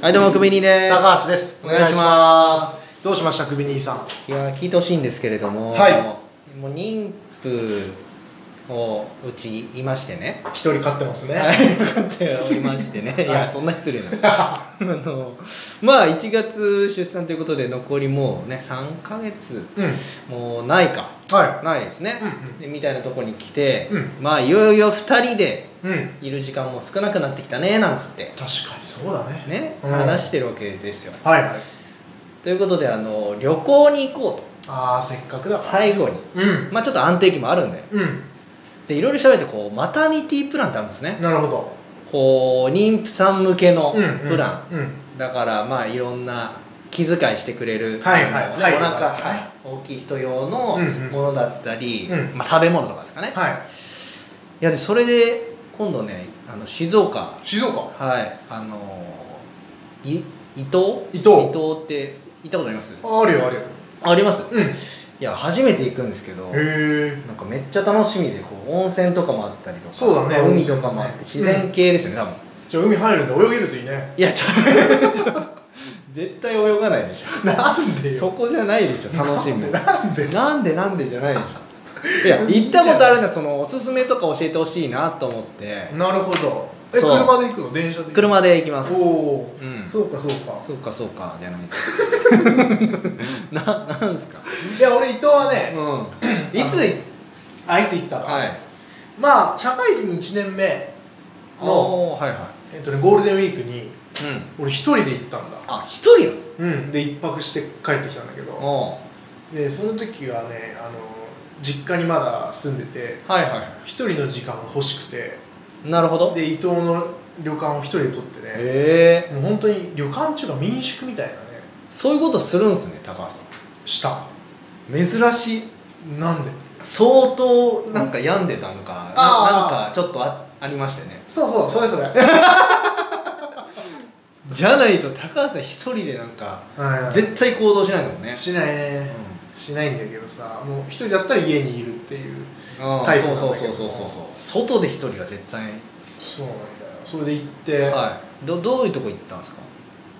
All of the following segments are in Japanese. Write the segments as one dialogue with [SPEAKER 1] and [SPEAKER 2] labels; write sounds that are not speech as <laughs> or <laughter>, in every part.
[SPEAKER 1] はいどうもクビニーです
[SPEAKER 2] 高橋です。
[SPEAKER 1] お
[SPEAKER 2] お
[SPEAKER 1] 願
[SPEAKER 2] 願
[SPEAKER 1] い
[SPEAKER 2] い
[SPEAKER 1] し
[SPEAKER 2] し
[SPEAKER 1] ま
[SPEAKER 2] ます。どうしました、首兄さん。
[SPEAKER 1] いやー聞いてほしいんですけれども、
[SPEAKER 2] はい
[SPEAKER 1] もう妊婦をうちいましてね
[SPEAKER 2] 一人飼ってます
[SPEAKER 1] は
[SPEAKER 2] ね。
[SPEAKER 1] いっておりましてねい
[SPEAKER 2] は
[SPEAKER 1] や
[SPEAKER 2] い
[SPEAKER 1] そんな失礼
[SPEAKER 2] <laughs>
[SPEAKER 1] なあのまあ1月出産ということで残りもうね3ヶ月
[SPEAKER 2] うん。
[SPEAKER 1] もうないか
[SPEAKER 2] は
[SPEAKER 1] ないですね、
[SPEAKER 2] うんうん
[SPEAKER 1] でみたいなとこに来て、
[SPEAKER 2] うん
[SPEAKER 1] まあいよいよ2人で
[SPEAKER 2] い。うん。
[SPEAKER 1] いる時間も少なくなってきたねなんつって
[SPEAKER 2] 確かにそうだね。
[SPEAKER 1] ね、
[SPEAKER 2] うん
[SPEAKER 1] 話してるわけですよ
[SPEAKER 2] はいはい。
[SPEAKER 1] ということであの旅行に行こう
[SPEAKER 2] ああ、せっかくだ
[SPEAKER 1] と
[SPEAKER 2] か
[SPEAKER 1] 最後に
[SPEAKER 2] ら。うん。
[SPEAKER 1] まあちょっと安定期もあるんで
[SPEAKER 2] うん。
[SPEAKER 1] でいろいろ調べてこうマタニティプランってあるんですね
[SPEAKER 2] なるほど。
[SPEAKER 1] こう妊婦さん向けの
[SPEAKER 2] うん。
[SPEAKER 1] プラン、
[SPEAKER 2] ン。うん。
[SPEAKER 1] だからまあいろんな気遣いしてくれる、
[SPEAKER 2] はいはい
[SPEAKER 1] あの
[SPEAKER 2] はい
[SPEAKER 1] お腹、
[SPEAKER 2] はい
[SPEAKER 1] 大きい人用の
[SPEAKER 2] うんうん
[SPEAKER 1] ものだったり、
[SPEAKER 2] うん
[SPEAKER 1] まあ、食べ物とかですかね、い、
[SPEAKER 2] は
[SPEAKER 1] やでそれで今度ねあの静岡
[SPEAKER 2] い。静岡。
[SPEAKER 1] はいあのい伊東
[SPEAKER 2] 伊東
[SPEAKER 1] 伊東って行ったことあります
[SPEAKER 2] あるよ、あるよ。
[SPEAKER 1] あります
[SPEAKER 2] うん。へ
[SPEAKER 1] いや初めて行くんですけど
[SPEAKER 2] え。
[SPEAKER 1] なんかめっちゃ楽しみでこう温泉とかもあったりとか
[SPEAKER 2] そうだね
[SPEAKER 1] まあ海とかもあって
[SPEAKER 2] 温
[SPEAKER 1] 自
[SPEAKER 2] 泉ね
[SPEAKER 1] 然系ですよね、多分
[SPEAKER 2] じゃあ海入るんで泳げるといいね。 <laughs>
[SPEAKER 1] いやちょ <laughs> っと絶対泳がないでしょ
[SPEAKER 2] なんで
[SPEAKER 1] そ
[SPEAKER 2] よ。
[SPEAKER 1] こじゃないでしょ楽しむ
[SPEAKER 2] なんで
[SPEAKER 1] <laughs> なんでなんでじゃないでしょいや行ったことあるんだそのおすすめとか教えてほしいなと思って
[SPEAKER 2] なるほど。え、
[SPEAKER 1] そう
[SPEAKER 2] 車で行くの電車で行くの
[SPEAKER 1] 車で行きます
[SPEAKER 2] おお
[SPEAKER 1] う。ん
[SPEAKER 2] そうか、そうか。
[SPEAKER 1] そうかそうかじゃないです <laughs> ななんですか
[SPEAKER 2] いや、俺伊藤は
[SPEAKER 1] う
[SPEAKER 2] ね、
[SPEAKER 1] んいつい
[SPEAKER 2] あいつ行ったら。
[SPEAKER 1] はい
[SPEAKER 2] まあ、社会人1年目の、
[SPEAKER 1] おーはいは
[SPEAKER 2] えっとね、ゴールデンウィークに、
[SPEAKER 1] いうん
[SPEAKER 2] 俺一人で行ったんだ、
[SPEAKER 1] あ一人
[SPEAKER 2] うん、で一泊して帰ってきたんだけ
[SPEAKER 1] な
[SPEAKER 2] ど
[SPEAKER 1] の
[SPEAKER 2] でその時はねあの実家にまだ住んでて
[SPEAKER 1] おーはいは
[SPEAKER 2] 一人の時間が欲しくて
[SPEAKER 1] いなるほどへ
[SPEAKER 2] で伊東の旅館を一人で取ってね
[SPEAKER 1] え
[SPEAKER 2] もう本当に旅館中が民宿みたいなね
[SPEAKER 1] そういうことするんすね高橋さ
[SPEAKER 2] した
[SPEAKER 1] ん珍しい
[SPEAKER 2] なんで
[SPEAKER 1] 相当なんか病んでたのかな
[SPEAKER 2] あー
[SPEAKER 1] なんかちょっとあありましたよね
[SPEAKER 2] そうそうそれそれはい
[SPEAKER 1] じゃないと高橋さん一人でなんか
[SPEAKER 2] はい
[SPEAKER 1] 絶対行動しないもんね、
[SPEAKER 2] しないね
[SPEAKER 1] う
[SPEAKER 2] しないんだけどさもう一人だったら家にいるっていうん
[SPEAKER 1] うん
[SPEAKER 2] タイプ
[SPEAKER 1] そ
[SPEAKER 2] な
[SPEAKER 1] うん
[SPEAKER 2] だ
[SPEAKER 1] そ
[SPEAKER 2] けど
[SPEAKER 1] うそうそうそうそう外で一人が絶対
[SPEAKER 2] そうなんだよそれで行って、
[SPEAKER 1] はいどどういうとこ行ったんですか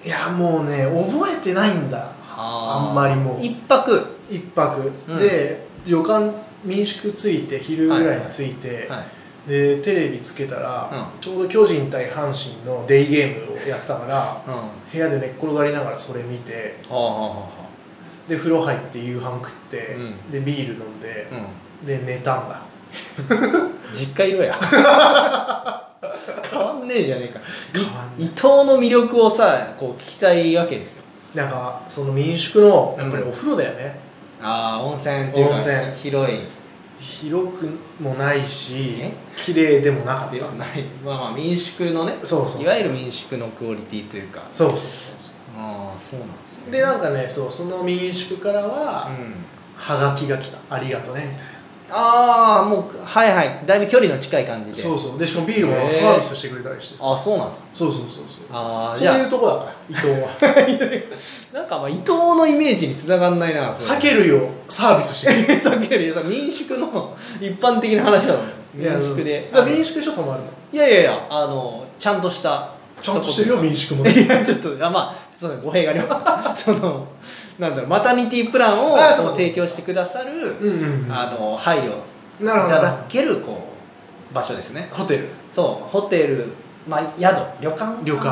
[SPEAKER 2] い、やもうね覚えてないんだ
[SPEAKER 1] あ
[SPEAKER 2] あんまりもう
[SPEAKER 1] 一泊は
[SPEAKER 2] 一泊、
[SPEAKER 1] うん
[SPEAKER 2] で旅館民宿着いて昼ぐらいに着いて、
[SPEAKER 1] いは
[SPEAKER 2] でテレビつけたら、ちょうど巨人対阪神のデイゲームをやってたから
[SPEAKER 1] うんは
[SPEAKER 2] 部屋で寝っ転がりながらそれ見て
[SPEAKER 1] あはあはあ
[SPEAKER 2] で風呂入って夕飯食って、
[SPEAKER 1] うん
[SPEAKER 2] でビール飲んで、
[SPEAKER 1] う
[SPEAKER 2] で寝たんだ
[SPEAKER 1] ん実家いろや変わんねえじゃねえかい
[SPEAKER 2] 変わんない
[SPEAKER 1] 伊藤の魅力をさこう聞きたいわけですよ
[SPEAKER 2] なんかその民宿の
[SPEAKER 1] うん
[SPEAKER 2] やっぱりお風呂だよね、
[SPEAKER 1] ああ温泉っていうか
[SPEAKER 2] 温泉
[SPEAKER 1] 広い
[SPEAKER 2] 広くもないし
[SPEAKER 1] え
[SPEAKER 2] 綺麗でもなかっ
[SPEAKER 1] では
[SPEAKER 2] た
[SPEAKER 1] ないまあまあ民宿のね
[SPEAKER 2] そうそう
[SPEAKER 1] いわゆる民宿のクオリティというか
[SPEAKER 2] そうそうそうそ
[SPEAKER 1] ああそうなんです
[SPEAKER 2] う
[SPEAKER 1] ね
[SPEAKER 2] でなんかねそうその民宿からは、
[SPEAKER 1] うん
[SPEAKER 2] はがきが来たありがとねみたいな
[SPEAKER 1] ああもうはいはいだいぶ距離の近い感じで
[SPEAKER 2] そううそうでしかもビールもサービスしてくれたりしてさ
[SPEAKER 1] あそうなんですか
[SPEAKER 2] そうそうそうそう
[SPEAKER 1] ああじ
[SPEAKER 2] そうい
[SPEAKER 1] ゃ
[SPEAKER 2] うとこだから伊藤は
[SPEAKER 1] あなんかまあ伊藤のイメージにつながんないな <laughs> それ <laughs>
[SPEAKER 2] 酒類をサービスしてくれる
[SPEAKER 1] 酒よりさ民宿の一般的な話だろ
[SPEAKER 2] いや
[SPEAKER 1] <laughs> 民宿で
[SPEAKER 2] だから民宿でしょ泊まるの
[SPEAKER 1] いやいやいやあのちゃんとした
[SPEAKER 2] ちゃんとしてるよ民宿
[SPEAKER 1] <laughs>
[SPEAKER 2] も
[SPEAKER 1] いやちょっとあまあそう語弊があります
[SPEAKER 2] <laughs>
[SPEAKER 1] そのなんだろうマタニティプランを
[SPEAKER 2] あそうそう
[SPEAKER 1] 提供してくださる、
[SPEAKER 2] うんうんうん
[SPEAKER 1] あの配慮い
[SPEAKER 2] なるほど
[SPEAKER 1] ただけるこう場所ですね
[SPEAKER 2] ホテル
[SPEAKER 1] そうホテル、まあ、宿旅館かな
[SPEAKER 2] 旅館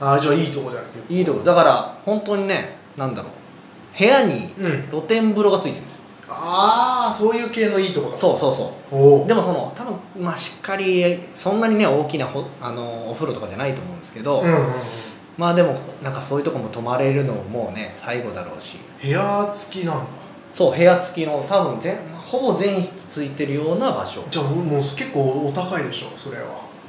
[SPEAKER 2] ああじゃあいいとこじゃん
[SPEAKER 1] うんいいとこだから本当にねなんだろう部屋に
[SPEAKER 2] うん
[SPEAKER 1] 露天風呂がついてるんですよ
[SPEAKER 2] ああそういう系のいいとこだ
[SPEAKER 1] そうそうそう
[SPEAKER 2] うおお
[SPEAKER 1] でもその多分まあしっかりそんなにね大きなほあのお風呂とかじゃないと思うんですけど、
[SPEAKER 2] うんうんうん
[SPEAKER 1] まあでもなんかそういうとこも泊まれるのももうね最後だろうし
[SPEAKER 2] 部屋付きなんだ
[SPEAKER 1] そう部屋付きの多分全ほぼ全室ついてるような場所
[SPEAKER 2] じゃあもうもう結構お高いでしょそれはい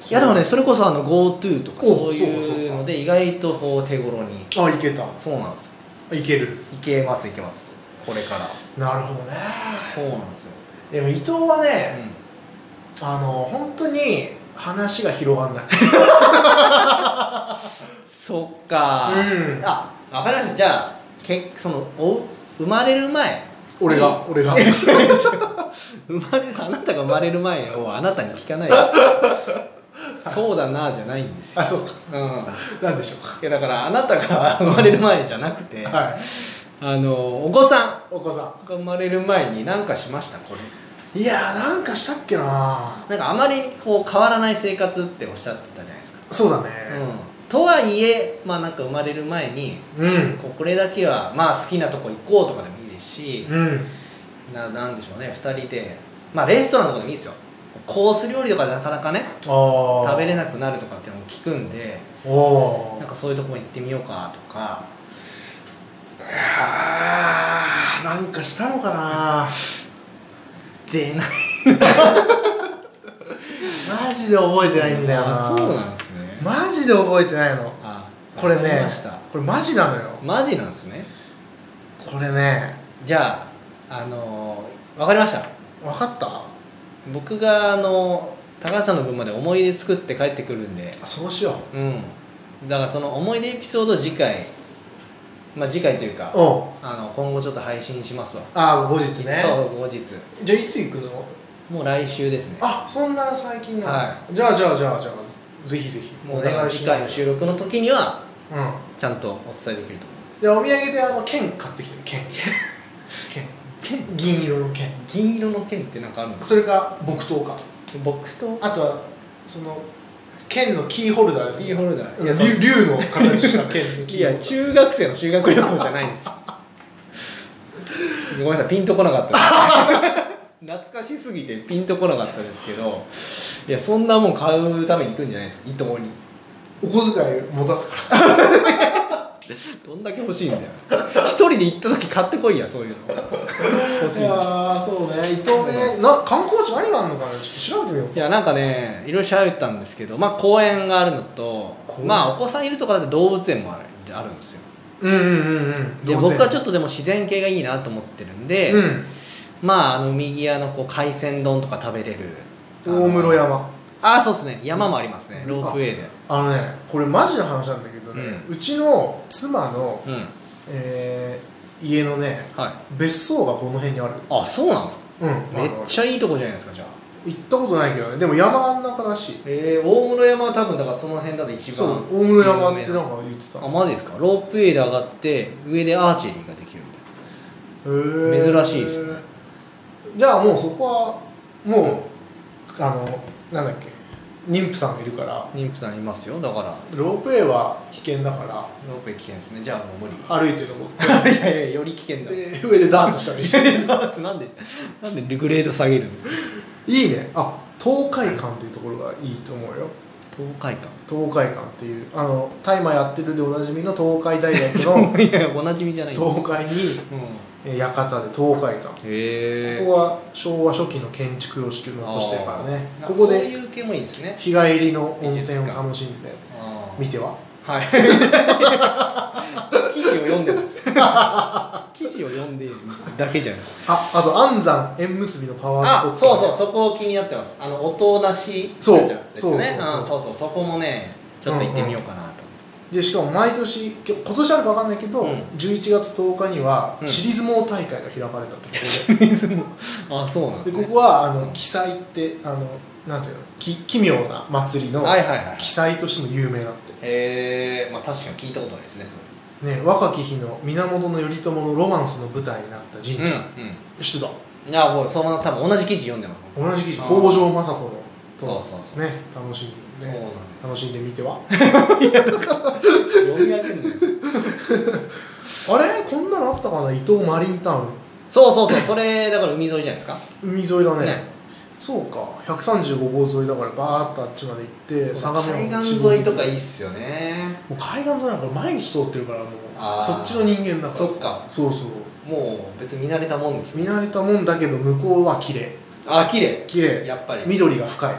[SPEAKER 1] いやでもねそれこそあの GoTo とかそ
[SPEAKER 2] お
[SPEAKER 1] う
[SPEAKER 2] そうか
[SPEAKER 1] い
[SPEAKER 2] そううか
[SPEAKER 1] ので意外とこう手頃に
[SPEAKER 2] あ行けた
[SPEAKER 1] そうなんですよ
[SPEAKER 2] 行ける
[SPEAKER 1] いけますいけますこれから
[SPEAKER 2] なるほどね
[SPEAKER 1] そうなんですよ、
[SPEAKER 2] でも伊藤はね、
[SPEAKER 1] う
[SPEAKER 2] あの本当に話が広
[SPEAKER 1] <laughs>
[SPEAKER 2] がんない。
[SPEAKER 1] ん、そっか、
[SPEAKER 2] うん
[SPEAKER 1] あわかりましたじゃあけそのお生まれる前
[SPEAKER 2] 俺が、俺が。 <laughs>
[SPEAKER 1] 生まれるあなたが生まれる前をあなたに聞かないでそうだなじゃないんですよ
[SPEAKER 2] <laughs> あ、そうか。
[SPEAKER 1] うん、
[SPEAKER 2] なんでしょう
[SPEAKER 1] いやだからあなたが生まれる前じゃなくて
[SPEAKER 2] か。はい。
[SPEAKER 1] あのお子さ
[SPEAKER 2] お子さ
[SPEAKER 1] んが生まれる前に何かしましたこれ
[SPEAKER 2] ん。いやー、なんかしたっけな
[SPEAKER 1] なんかあまりこう変わらない生活っておっしゃってたじゃないですか、
[SPEAKER 2] そうだ
[SPEAKER 1] う
[SPEAKER 2] ね。
[SPEAKER 1] ん、とはいえまあなんか生まれる前に
[SPEAKER 2] うん。
[SPEAKER 1] こうこれだけはまあ好きなとこ行こうとかでもいいですし、
[SPEAKER 2] うん。
[SPEAKER 1] ななんでしょうね2人でまあレストランとかでもいいですよコース料理とかでなかなかね
[SPEAKER 2] ああ。
[SPEAKER 1] 食べれなくなるとかっていうのも聞くんで
[SPEAKER 2] おお
[SPEAKER 1] なん。かそういうとこ行ってみようかとか
[SPEAKER 2] あーなんかしたのかな
[SPEAKER 1] 出ない
[SPEAKER 2] マジで覚えてないんだよな
[SPEAKER 1] あそうなんですね、
[SPEAKER 2] マジで覚えてないの
[SPEAKER 1] あ
[SPEAKER 2] これ
[SPEAKER 1] わかり
[SPEAKER 2] ね
[SPEAKER 1] ました
[SPEAKER 2] これマジなのよ
[SPEAKER 1] マジなんですね
[SPEAKER 2] これね
[SPEAKER 1] じゃああのー、わかりました
[SPEAKER 2] 分かった
[SPEAKER 1] 僕があの高橋さんの分まで思い出作って帰ってくるんで
[SPEAKER 2] そうしよ
[SPEAKER 1] うんだからその思い出エピソード次回まあ次回というか
[SPEAKER 2] ううん
[SPEAKER 1] あの今後ちょっと配信しますわ
[SPEAKER 2] ああ後日ね
[SPEAKER 1] そう後日
[SPEAKER 2] じゃあいつ行くの
[SPEAKER 1] もう来週ですね
[SPEAKER 2] あそんな最近なの、
[SPEAKER 1] は
[SPEAKER 2] じゃあじゃあじゃあじゃあぜひぜひ
[SPEAKER 1] もう
[SPEAKER 2] お
[SPEAKER 1] ね
[SPEAKER 2] 願いし
[SPEAKER 1] 次
[SPEAKER 2] ま
[SPEAKER 1] 回の
[SPEAKER 2] す
[SPEAKER 1] 収録の時には
[SPEAKER 2] うん
[SPEAKER 1] ちゃんとお伝えできると思う
[SPEAKER 2] でお土産であの剣買ってきてる剣剣
[SPEAKER 1] 剣
[SPEAKER 2] 銀色の剣
[SPEAKER 1] 銀色の剣ってなんかあるんですか
[SPEAKER 2] それが木刀か
[SPEAKER 1] 僕と
[SPEAKER 2] あとはその剣のキーホルダー
[SPEAKER 1] キ
[SPEAKER 2] で
[SPEAKER 1] ーホルダー
[SPEAKER 2] 竜
[SPEAKER 1] そう
[SPEAKER 2] 竜の形した
[SPEAKER 1] <laughs>
[SPEAKER 2] 剣のキ
[SPEAKER 1] い
[SPEAKER 2] ーホル
[SPEAKER 1] や
[SPEAKER 2] ダー
[SPEAKER 1] 中学生の修学旅行じゃないんですよごめんなさいピンとこなかったです懐かしすぎてピンとこなかったですけどいやそんなもん買うために行くんじゃないですか伊藤に
[SPEAKER 2] お小遣い持たすから
[SPEAKER 1] どんだけ欲しいんだよ一人で行った時買ってこいやそういうの欲し
[SPEAKER 2] い
[SPEAKER 1] い
[SPEAKER 2] やーそうね伊藤ねな観光地何があるのかなちょっと調べてみよう
[SPEAKER 1] いやなんかねいろいろ調べたんですけどまあ公園があるのと
[SPEAKER 2] 公園
[SPEAKER 1] まあお子さんいるとかだと動物園もあるあるんですよ
[SPEAKER 2] うんうんうんうん
[SPEAKER 1] で僕はちょ
[SPEAKER 2] っ
[SPEAKER 1] っとでも自然系がいいなと思ってるんで、
[SPEAKER 2] うん
[SPEAKER 1] まああの右側のこう海鮮丼とか食べれる
[SPEAKER 2] 大室
[SPEAKER 1] 山
[SPEAKER 2] 山
[SPEAKER 1] ああそうですね山もありますね、
[SPEAKER 2] う
[SPEAKER 1] ロ
[SPEAKER 2] ん
[SPEAKER 1] ープウェイで
[SPEAKER 2] あのねこれマジの話なんだけどね、うちの妻の、
[SPEAKER 1] うん
[SPEAKER 2] えー家のね
[SPEAKER 1] はい
[SPEAKER 2] 別荘がこの辺にある
[SPEAKER 1] あそうなんですか
[SPEAKER 2] うん
[SPEAKER 1] めっち
[SPEAKER 2] ゃ
[SPEAKER 1] ゃいいとこじゃないですかじゃあ
[SPEAKER 2] 行ったことないけどねでも山の中らしい
[SPEAKER 1] えー、大室山は多分だからその辺だと一番
[SPEAKER 2] そう大室山ってなんか言ってた
[SPEAKER 1] あマジですかロープウェイで上がって上でアーチェリーができるみたいな
[SPEAKER 2] へー
[SPEAKER 1] 珍しいですね
[SPEAKER 2] じゃあもうそこはもうあのなんだっけ妊婦さんがいるから
[SPEAKER 1] 妊婦さんいますよだから
[SPEAKER 2] ロープウェイは危険だから
[SPEAKER 1] ロープウェイ危険ですねじゃあもう無理
[SPEAKER 2] 歩いてるとこ
[SPEAKER 1] <laughs> いやいやより危険だ
[SPEAKER 2] で上でダートしたりして
[SPEAKER 1] <laughs> なんでなんでグレード下げるの
[SPEAKER 2] いいねあ東海館っていうところがいいと思うよ
[SPEAKER 1] 東海か
[SPEAKER 2] 東海館っていうあの大麻やってるでおなじみの東海大学
[SPEAKER 1] <laughs>
[SPEAKER 2] の
[SPEAKER 1] いやおなじみじゃないんだ
[SPEAKER 2] 東海に
[SPEAKER 1] うん、
[SPEAKER 2] え館で東海館
[SPEAKER 1] へえ
[SPEAKER 2] ここは昭和初期の建築様式を残してるからね
[SPEAKER 1] あー
[SPEAKER 2] ここ
[SPEAKER 1] そう
[SPEAKER 2] で
[SPEAKER 1] いう系もいいですね
[SPEAKER 2] 日帰りの温泉を楽しんで
[SPEAKER 1] あー
[SPEAKER 2] 見ては
[SPEAKER 1] <laughs> はい記事を読んでます記事を読んでいるだけじゃないです
[SPEAKER 2] ああと安山縁結びのパワースポ
[SPEAKER 1] あ
[SPEAKER 2] ット
[SPEAKER 1] そうそうそこ気になってますあの音なし
[SPEAKER 2] そう
[SPEAKER 1] ですね
[SPEAKER 2] そうそうそう
[SPEAKER 1] うんそうそうそこもねちょっと行ってみようかなと、
[SPEAKER 2] でしかも毎年きょ今年あるか分かんないけど、
[SPEAKER 1] うん
[SPEAKER 2] 11月10日には
[SPEAKER 1] うん
[SPEAKER 2] 尻相撲大会が開かれたって
[SPEAKER 1] <laughs>
[SPEAKER 2] こ
[SPEAKER 1] 水もあそうなん
[SPEAKER 2] と
[SPEAKER 1] で
[SPEAKER 2] で,、
[SPEAKER 1] すね
[SPEAKER 2] でここはあの奇祭ってあのなんていうのき奇妙な祭りの
[SPEAKER 1] はいはいはい
[SPEAKER 2] 奇祭としても有名だって、
[SPEAKER 1] へえまあ確かに聞いたことないですねそれ
[SPEAKER 2] ね、若き日の源頼朝のロマンスの舞台になった神社、
[SPEAKER 1] うん
[SPEAKER 2] 知ってた
[SPEAKER 1] うんいやもうその多分同じ記事読んでます
[SPEAKER 2] 同じ記事
[SPEAKER 1] あー
[SPEAKER 2] 北条政子のと
[SPEAKER 1] そうそうそう、
[SPEAKER 2] ね楽しんで、
[SPEAKER 1] そう
[SPEAKER 2] ね、
[SPEAKER 1] なんです
[SPEAKER 2] 楽しんでみては <laughs>
[SPEAKER 1] 読み上げるの
[SPEAKER 2] あれこんなのあったかな伊東マリンタウン
[SPEAKER 1] そうそうそうそれだから海沿いじゃないですか
[SPEAKER 2] 海沿いだね
[SPEAKER 1] ね
[SPEAKER 2] そうか135号沿いだからバーッとあっちまで行って相模
[SPEAKER 1] 海
[SPEAKER 2] 湾
[SPEAKER 1] 岸沿いとかいいっすよね
[SPEAKER 2] もう海岸沿いなんか毎日通ってるからもう
[SPEAKER 1] あー
[SPEAKER 2] そっちの人間だから
[SPEAKER 1] そっか
[SPEAKER 2] そうそう
[SPEAKER 1] もう別に見慣れたもんです
[SPEAKER 2] 見慣れたもんだけど向こうは綺麗
[SPEAKER 1] あ綺麗
[SPEAKER 2] 綺麗
[SPEAKER 1] やっぱり
[SPEAKER 2] 緑が深い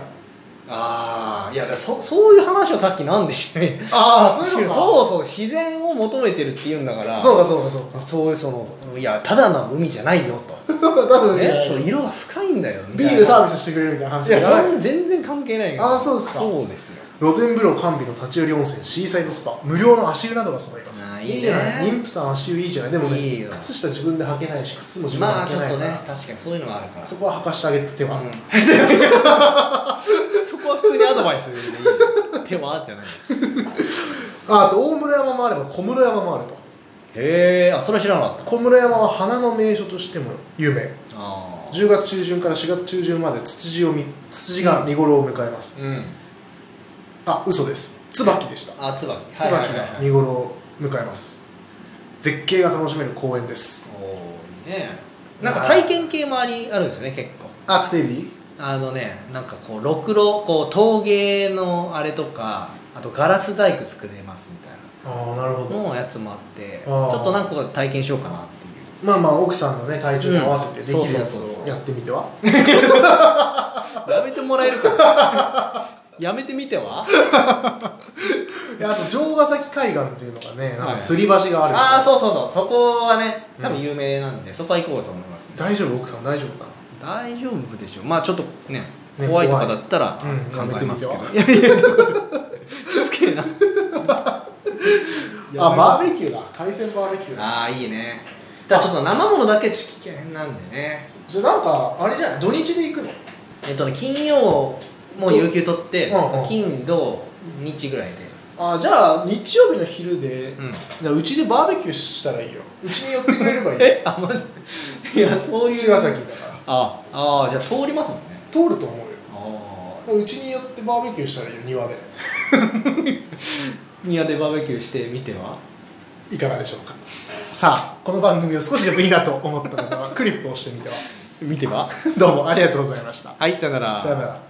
[SPEAKER 1] ああいやだからそそういう話をさっきなんでしょね
[SPEAKER 2] ああそういうのか
[SPEAKER 1] そうそう自然を求めてるって言うんだから
[SPEAKER 2] そうかそうかそうか
[SPEAKER 1] そういうそのいやただの海じゃないよと
[SPEAKER 2] 多分
[SPEAKER 1] ね
[SPEAKER 2] ね
[SPEAKER 1] そう色が深いんだよみた
[SPEAKER 2] ビ
[SPEAKER 1] いな
[SPEAKER 2] ールサービスしてくれるみたいない話
[SPEAKER 1] や
[SPEAKER 2] だ
[SPEAKER 1] そ
[SPEAKER 2] から
[SPEAKER 1] れ全然関係ないから
[SPEAKER 2] あーそうですか
[SPEAKER 1] そうですよ
[SPEAKER 2] 露天風呂完備の立ち寄り温泉シーサイドスパ無料の足湯などが揃います
[SPEAKER 1] あーいいね
[SPEAKER 2] いいじゃない妊婦さん足湯いいじゃないでも
[SPEAKER 1] いい
[SPEAKER 2] ね
[SPEAKER 1] よ
[SPEAKER 2] 靴下自分で履けないし靴も自分で
[SPEAKER 1] まあ
[SPEAKER 2] 履
[SPEAKER 1] ち
[SPEAKER 2] け
[SPEAKER 1] ょ
[SPEAKER 2] な
[SPEAKER 1] っ
[SPEAKER 2] い
[SPEAKER 1] と
[SPEAKER 2] から
[SPEAKER 1] ね確かにそういうのはあるから
[SPEAKER 2] そこは履かしてあげては、
[SPEAKER 1] うんそこは普通にアドバイスでいいよ手はじゃない
[SPEAKER 2] ああと大室山もあれば小室山もあると
[SPEAKER 1] へえあそれは知らなかった
[SPEAKER 2] 小室山は花の名所としても有名
[SPEAKER 1] ああ
[SPEAKER 2] 10月中旬から4月中旬までツツジを見ツツジが見頃を迎えます、
[SPEAKER 1] うん
[SPEAKER 2] あ嘘です椿でした
[SPEAKER 1] あ椿
[SPEAKER 2] 椿が見頃を迎えます、絶景が楽しめる公園です
[SPEAKER 1] おおーいいねなんか体験系もありあるんですよね結構
[SPEAKER 2] アクティビテ
[SPEAKER 1] あのねなんかこうろくろこう陶芸のあれとかあとガラス細工作れますみたい
[SPEAKER 2] ィああなるほ
[SPEAKER 1] なのやつもあってち
[SPEAKER 2] あー
[SPEAKER 1] ょっとなんか体験しようかなっていう
[SPEAKER 2] まあまあ奥さんのね体調に合わせてできるやつ
[SPEAKER 1] うんそうそうそ
[SPEAKER 2] を
[SPEAKER 1] う
[SPEAKER 2] やってみては、 <laughs>
[SPEAKER 1] やめてもらえるか
[SPEAKER 2] <laughs>
[SPEAKER 1] やめてみては
[SPEAKER 2] であと城ヶ崎海岸っていうのがねなん
[SPEAKER 1] は
[SPEAKER 2] か
[SPEAKER 1] い
[SPEAKER 2] 吊り橋がある、
[SPEAKER 1] ああそうそうそうそこはね多分有名なんで、そこは行こうと思います、ね、
[SPEAKER 2] 大丈夫奥さん大丈夫かな
[SPEAKER 1] 大丈夫でしょうまあちょっとね
[SPEAKER 2] ね
[SPEAKER 1] 怖いとかだったら考
[SPEAKER 2] 怖いうん
[SPEAKER 1] えますけど、
[SPEAKER 2] や
[SPEAKER 1] いやいや <laughs> つけえな
[SPEAKER 2] あバーベキューだ海鮮バーベキューだ
[SPEAKER 1] ああいいねただちょっと生ものだけちょっと危険なんでね
[SPEAKER 2] じゃあなんかあれじゃない土日で行くの
[SPEAKER 1] えっとね金曜も有給取って、
[SPEAKER 2] うんうん
[SPEAKER 1] 金土日ぐらいで
[SPEAKER 2] あじゃあ日曜日の昼で
[SPEAKER 1] うん
[SPEAKER 2] じゃあうちでバーベキューしたらいいようちに寄ってくれればいい
[SPEAKER 1] <laughs> えあまず <laughs> いやそういう
[SPEAKER 2] 茅ヶ崎だから
[SPEAKER 1] ああじゃあ通りますもんね
[SPEAKER 2] 通ると思うよ
[SPEAKER 1] あ
[SPEAKER 2] うちに寄ってバーベキューしたらいいよ庭で
[SPEAKER 1] あ庭でバーベキューしてみてはい
[SPEAKER 2] かがでしょうかさあこの番組を少しでもいいなと思った方はクリップを押してみては
[SPEAKER 1] 見ては
[SPEAKER 2] どうもありがとうございました
[SPEAKER 1] はいさよなら
[SPEAKER 2] さよなら